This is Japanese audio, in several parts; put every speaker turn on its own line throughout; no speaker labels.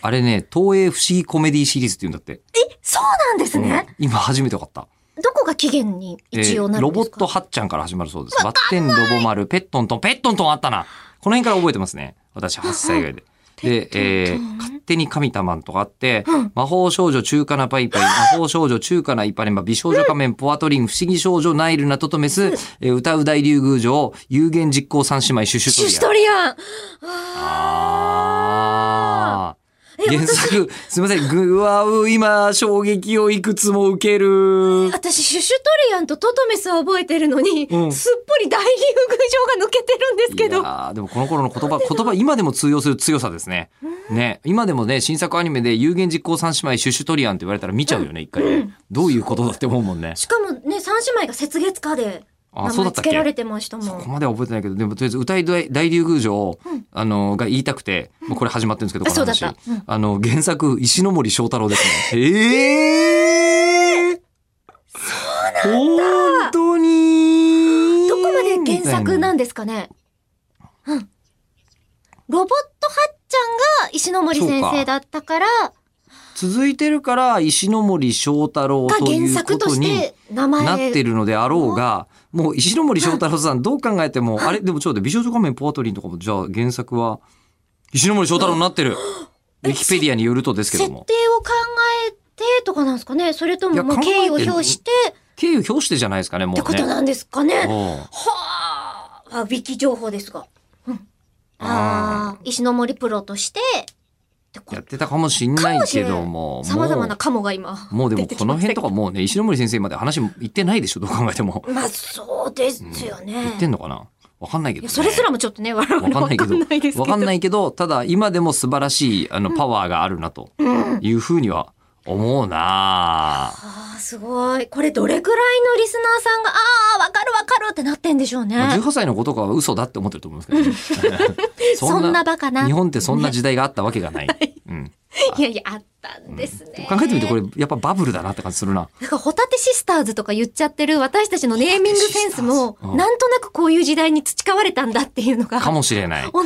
あれね、東映不思議コメディシリーズって言うんだって。
そうなんですね。
うん今初めて分かった。
どこが期限に一応
えー
なる
ロ
んで
ボ
す
ッ
か、
トはっちゃんから始まるそうです。バッテンロボ丸、ペットントン、ペットントンあったな。この辺から覚えてますね。私、8歳ぐらいで。で、え
ペットント
ー、
ン
勝手に神玉とかあって、
うん
魔法少女中華なパイパイ、魔法少女中華なイパレンバ、美少女仮面、ポワトリン、不思議少女ナイルなトトメス、えー歌う大竜宮城、有言実行三姉妹、シュシュトリア。
シュシュトリアン
あー
え
原作、すみません、ぐわう、今、衝撃をいくつも受ける。
私、シュシュトリアンとトトメスは覚えてるのに、
うん
すっぽり大竜宮城が抜けてるんですけど
いや。ーでもこの頃の言葉、 言葉、今でも通用する強さですね。ね。今でもね、新作アニメで有言実行三姉妹シュシュトリアンって言われたら見ちゃうよね、一回ね。どういうことだって思うもんね。
しかもね、三姉妹が雪月花で
あ
名
そうだ
前
ったっ
つ
け
けられてましたも
ここ
ん。
までは覚えてないけど、でもとりあえず歌い大大竜宮城、あの、が言いたくて、もうこれ始まってるんですけど、
あ
この
そうだったうん
あの、原作、石ノ森章太郎ですね。 ええー、そうなんだ本当に
どこまで原作なんんですかねうん。ロボットはっちゃんが石ノ森先生だったから、
続いてるから、石ノ森章太郎
が
と
原
いうこ
作と
と
し
に
て名前。
なってるのであろうが、もう石ノ森章太郎さんどう考えても、あれでもちょっと美少女仮面ポアトリンとかも、じゃあ原作は、石ノ森章太郎になってる。 ウィキペディアによるとですけ
設
ど
定
も
を考。えてとかなんですかねそれともも
いうや考えて
敬
る
意を表して
敬意を表してじゃないですかね、もうね。
ってことなんですかね
おう
はあ、あウィキ情報ですが。うん、ああ、石の森プロとして、ってこ
やってたかもしんないけども。
さまざまな
も
カモが今。
うもうでも
出て
こ
きま
の
し
辺
たけ
と
ど
かもうね、石ノ森先生まで話も言ってないでしょ、どう考えても。
まあ、そうですよね。
言ってんのかなわかんないけ
い
ど、
や、
ね。
それすらもちょっとね、我々
わかん
わ
ないけ
か
ど
んないですけど。
わかんないけど、ただ今でも素晴らしいあのパワーがあるなというふうには思うなぁ
ああ、すごい。これどれくらいのリスナーさんが、ああ、わかるわかるってなってんでしょう
まあ
ね。
18歳の子とかは嘘だって思ってると思うんですけど、ね、
そんなバカな。
日本ってそんな時代があったわけが ない。うん、
いやいや、あったんですね。
考えてみてこ
れ。
れやっぱバブルだなって感じするな。
なんか、ホタテシスターズとか言っちゃってる私たちのネーミングセンス
ホタテシ
も
ス、ターズうん
なんとなくこういう時代に培われたんだっていうのが、
か
同
もしれない。
じ匂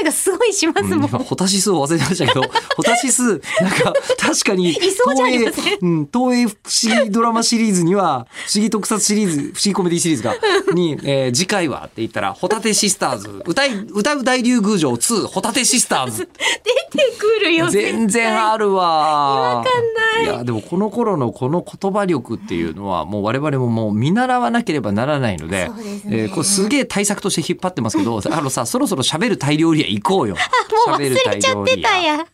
いがすごいしま
う
す
ん、
もん
今。ホタシスを忘れてま したけど、ホタシス、なんか、確かに、
そうじゃありません
東映、うん、東映不思議ドラマシリーズには、不思議特撮シリーズ、不思議コメディシリーズが、に、えー次回はって言ったら、ホタテシスターズ、歌い、歌う大竜宮城2、ホタテシスターズ。
出てくるよ。
全然あるわ。わか
ん
ない。いや、でもこの頃のこの言葉力っていうのは、もう我々ももう見習わなければならないので、
そうですね
えーこれすげえ対策として引っ張ってますけど、あのさ、そろそろ喋るタイ料理屋行こうよ。
もう忘れちゃってたや。